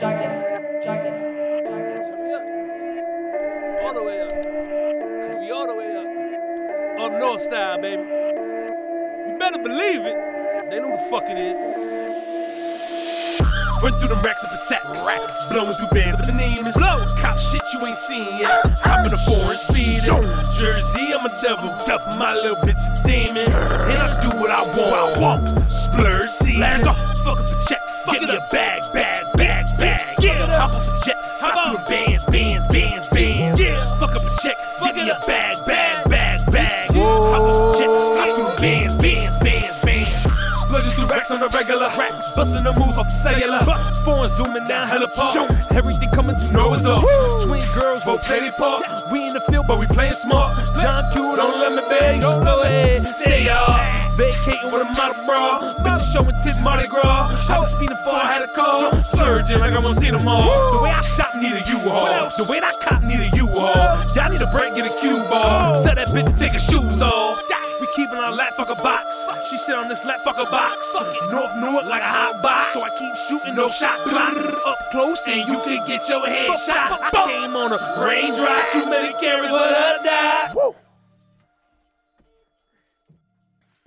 Jarvis, Jarvis, Jarvis. All the way up. Cause we all the way up. Up north style, baby. You better believe it. They know the fuck it is. Run through them racks up in sacks. Racks. Blowing through bands up in Emus. Blow. Cop shit you ain't seen yet. Hop in a foreign speed. Show. Jersey, I'm a devil. Duff my little bitch a demon. And I do what I want. I want. Splurge season. Let's go. Fuck up a check. Fuck Give it me up. Bag, bag, bag, bag. Yeah. Hop off a jet. Hop Hop through the bands, bands, bands, bands. Yeah. Fuck up a check. Fuck Fuck Give it me a up. bag, bag, bag, bag. Hop off a jet. Hop through the bands, bands, bands, bands. Splurging through racks on the regular racks. Busting the moves off the cellular. Bust foreign zooming down hella park. Shoot. Everything coming to know is up. Twin girls both play their part. We in the field, but we playing smart. John Q, don't let me beg. Don't go ahead. Say y'all. Vacating with a model bra. Bitches showing tit Mardi Gras. I was speeding before I had a car. Splurging like I want to see them all. The way I shop, neither you What all. else? The way that I cop, neither you all. else? Y'all need a break, get a cue ball. Tell that bitch to take her shoes off. We keeping our lap fucker box. She sit on this lap fucker box. North Newark like a hot box. So I keep shooting no shot clock. Up close and you could get your head shot. I came on a raindrop. Too many cameras, but I die.